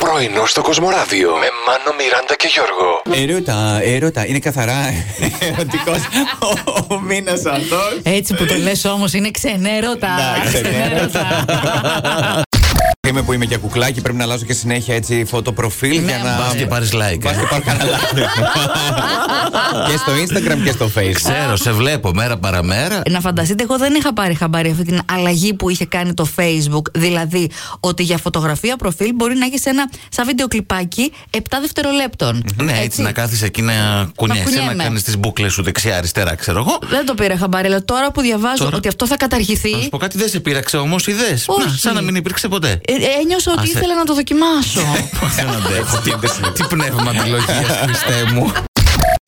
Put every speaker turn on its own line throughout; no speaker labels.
Πρωινό στο Κοσμοράδιο με Μάνο, Μιράντα και Γιώργο.
Ερώτα, ερώτα. Είναι καθαρά ερωτικός ο μήνας αυτός.
Έτσι
Ε.
που το λες όμως είναι ξενέρωτα.
Ναι, ξενέρωτα.
Ξενέρωτα.
Είμαι που είμαι και κουκλάκι, πρέπει να αλλάζω και συνέχεια έτσι φωτοπροφίλ
Ναι,
για να.
μπας
Πας και πάρεις like.
Μπας
ε.
και πάρω κανένα like. Και στο Instagram και στο Facebook.
Ξέρω, σε βλέπω μέρα παραμέρα.
Να φανταστείτε, εγώ δεν είχα πάρει χαμπάρι αυτή την αλλαγή που είχε κάνει το Facebook. Δηλαδή, ότι για φωτογραφία προφίλ μπορεί να έχεις ένα σαν βιντεοκλιπάκι 7 δευτερολέπτων.
Ναι, έτσι, να κάθεσαι εκεί να κουνιέσαι, να,
κουνιέμαι.
κάνεις τις μπουκλε σου δεξιά-αριστερά, ξέρω εγώ.
Δεν το πήρα χαμπάρι, αλλά τώρα που διαβάζω
Τώρα-
ότι αυτό θα καταργηθεί.
Να σου πω κάτι, δεν σε πείραξε όμως, είδες.
Όχι.
Σαν να μην υπήρξε ποτέ.
ε, ε, Ένιωσα ότι
Άσε.
ήθελα να το δοκιμάσω.
Δεν αντέχω. Τι- Τι πνεύμα τη λογία, Χριστέ μου.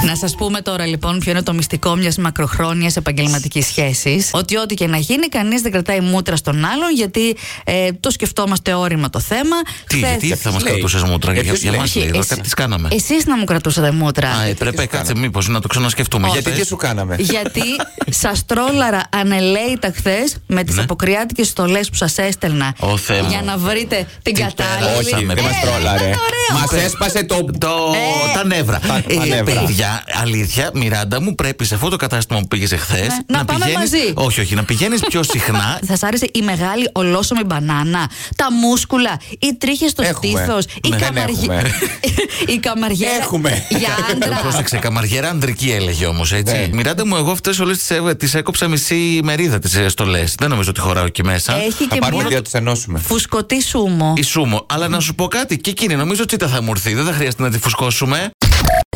να σας πούμε τώρα λοιπόν ποιο είναι το μυστικό μιας μακροχρόνιας επαγγελματικής σχέσης. Ότι ό,τι και να γίνει, κανείς δεν κρατάει μούτρα στον άλλον, γιατί ε, το σκεφτόμαστε όρημα το θέμα.
Τι,
Χθες-
γιατί θα μας
λέει.
κρατούσες μούτρα,
Για
για
ποιος
για
λέει.
μας
Όχι,
λέει,
εσύ-
τις κάναμε.
Εσείς να μου κρατούσατε μούτρα.
Α, έπρεπε,
σου
κάτσε,
κάναμε.
μήπως να το ξανασκεφτούμε.
Γιατί
πες.
τι σου κάναμε.
Γιατί σας τρόλαρα ανελαίητα χθες με τις
Ναι.
αποκριάτικες στολές που σας έστελνα.
Ω, Θεέ μου.
για να βρείτε την κατάλληλη.
πέρασαμε,
Όχι,
Έλα,
δεν μας
ήταν
τρόλαρε.
Ε, ωραίο.
Μας έσπασε το.
Το...
Ε,
τα νεύρα.
τα- τα
Ε,
νεύρα.
Παιδιά, αλήθεια, Μιράντα μου, πρέπει σε αυτό το κατάστημα που πήγες εχθές
Ναι, να πάμε μαζί.
Όχι, όχι, να πηγαίνεις πιο συχνά.
Θα σ' άρεσε η μεγάλη ολόσωμη μπανάνα, τα μούσκουλα, οι τρίχες στο
Έχουμε.
στήθος, η,
Ναι, δεν έχουμε.
η καμαριέρα.
Έχουμε.
Για άντρα.
Ε, Πρόσεξε, καμαριέρα ανδρική έλεγε όμως, έτσι.
Ναι.
Μιράντα μου, εγώ αυτές όλες τις ε, έκοψα μισή μερίδα τις στολές. Δεν νομίζω ότι χωράω εκεί μέσα.
Έχει
Θα
και
πάρουμε
μια
δύο, τις ενώσουμε.
φουσκωτή σούμο.
Η σούμο. Αλλά να σου πω κάτι, και εκείνη νομίζω τσίτα θα μου έρθει. Δεν θα χρειάζεται να τη φουσκώσουμε.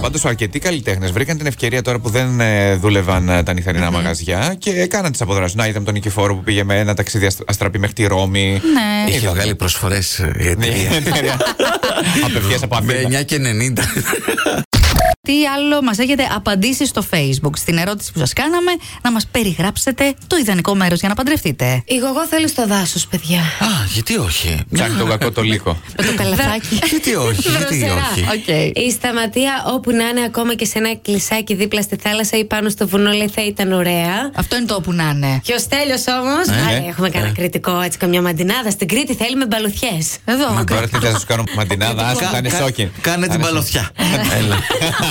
Πάντως, αρκετοί καλλιτέχνες βρήκαν την ευκαιρία τώρα που δεν ε, δούλευαν ε, τα νυχτερινα μαγαζιά και έκαναν τις αποδράσεις. Να είδαμε τον Νικηφόρο που πήγε με ένα ταξίδι αστ- αστραπή μέχρι τη Ρώμη. Ναι,
Ναι.
Είχε βγάλει προσφορές η εταιρεία.
Απευθείας από
Με
Αθήνα.
9 και 90.
Τι άλλο μας έχετε απαντήσει στο Facebook στην ερώτηση που σας κάναμε, να μας περιγράψετε το ιδανικό μέρος για να παντρευτείτε.
Η γογό θέλει στο δάσος, παιδιά.
Α, γιατί όχι.
Ψάχνει τον κακό το λύκο.
Με το καλαθάκι.
Γιατί όχι, γιατί
Δροσερά.
όχι.
Ε,
Οκ.
Η σταματία όπου να είναι ακόμα και σε ένα κλεισάκι δίπλα στη θάλασσα ή πάνω στο βουνό λέει θα ήταν ωραία.
Αυτό είναι το όπου να είναι.
Και ο Στέλιος όμως.
Ε,
Έχουμε κανένα κριτικό, έτσι καμιά μαντινάδα. Στην Κρήτη θέλει με μπαλουθιές.
Εδώ.
Μα Τώρα τι θα σου κάνω μαντινάδα, άσε θα είναι
Κα-
σόκιν.
Κάνε την παλωθιά. Έλα.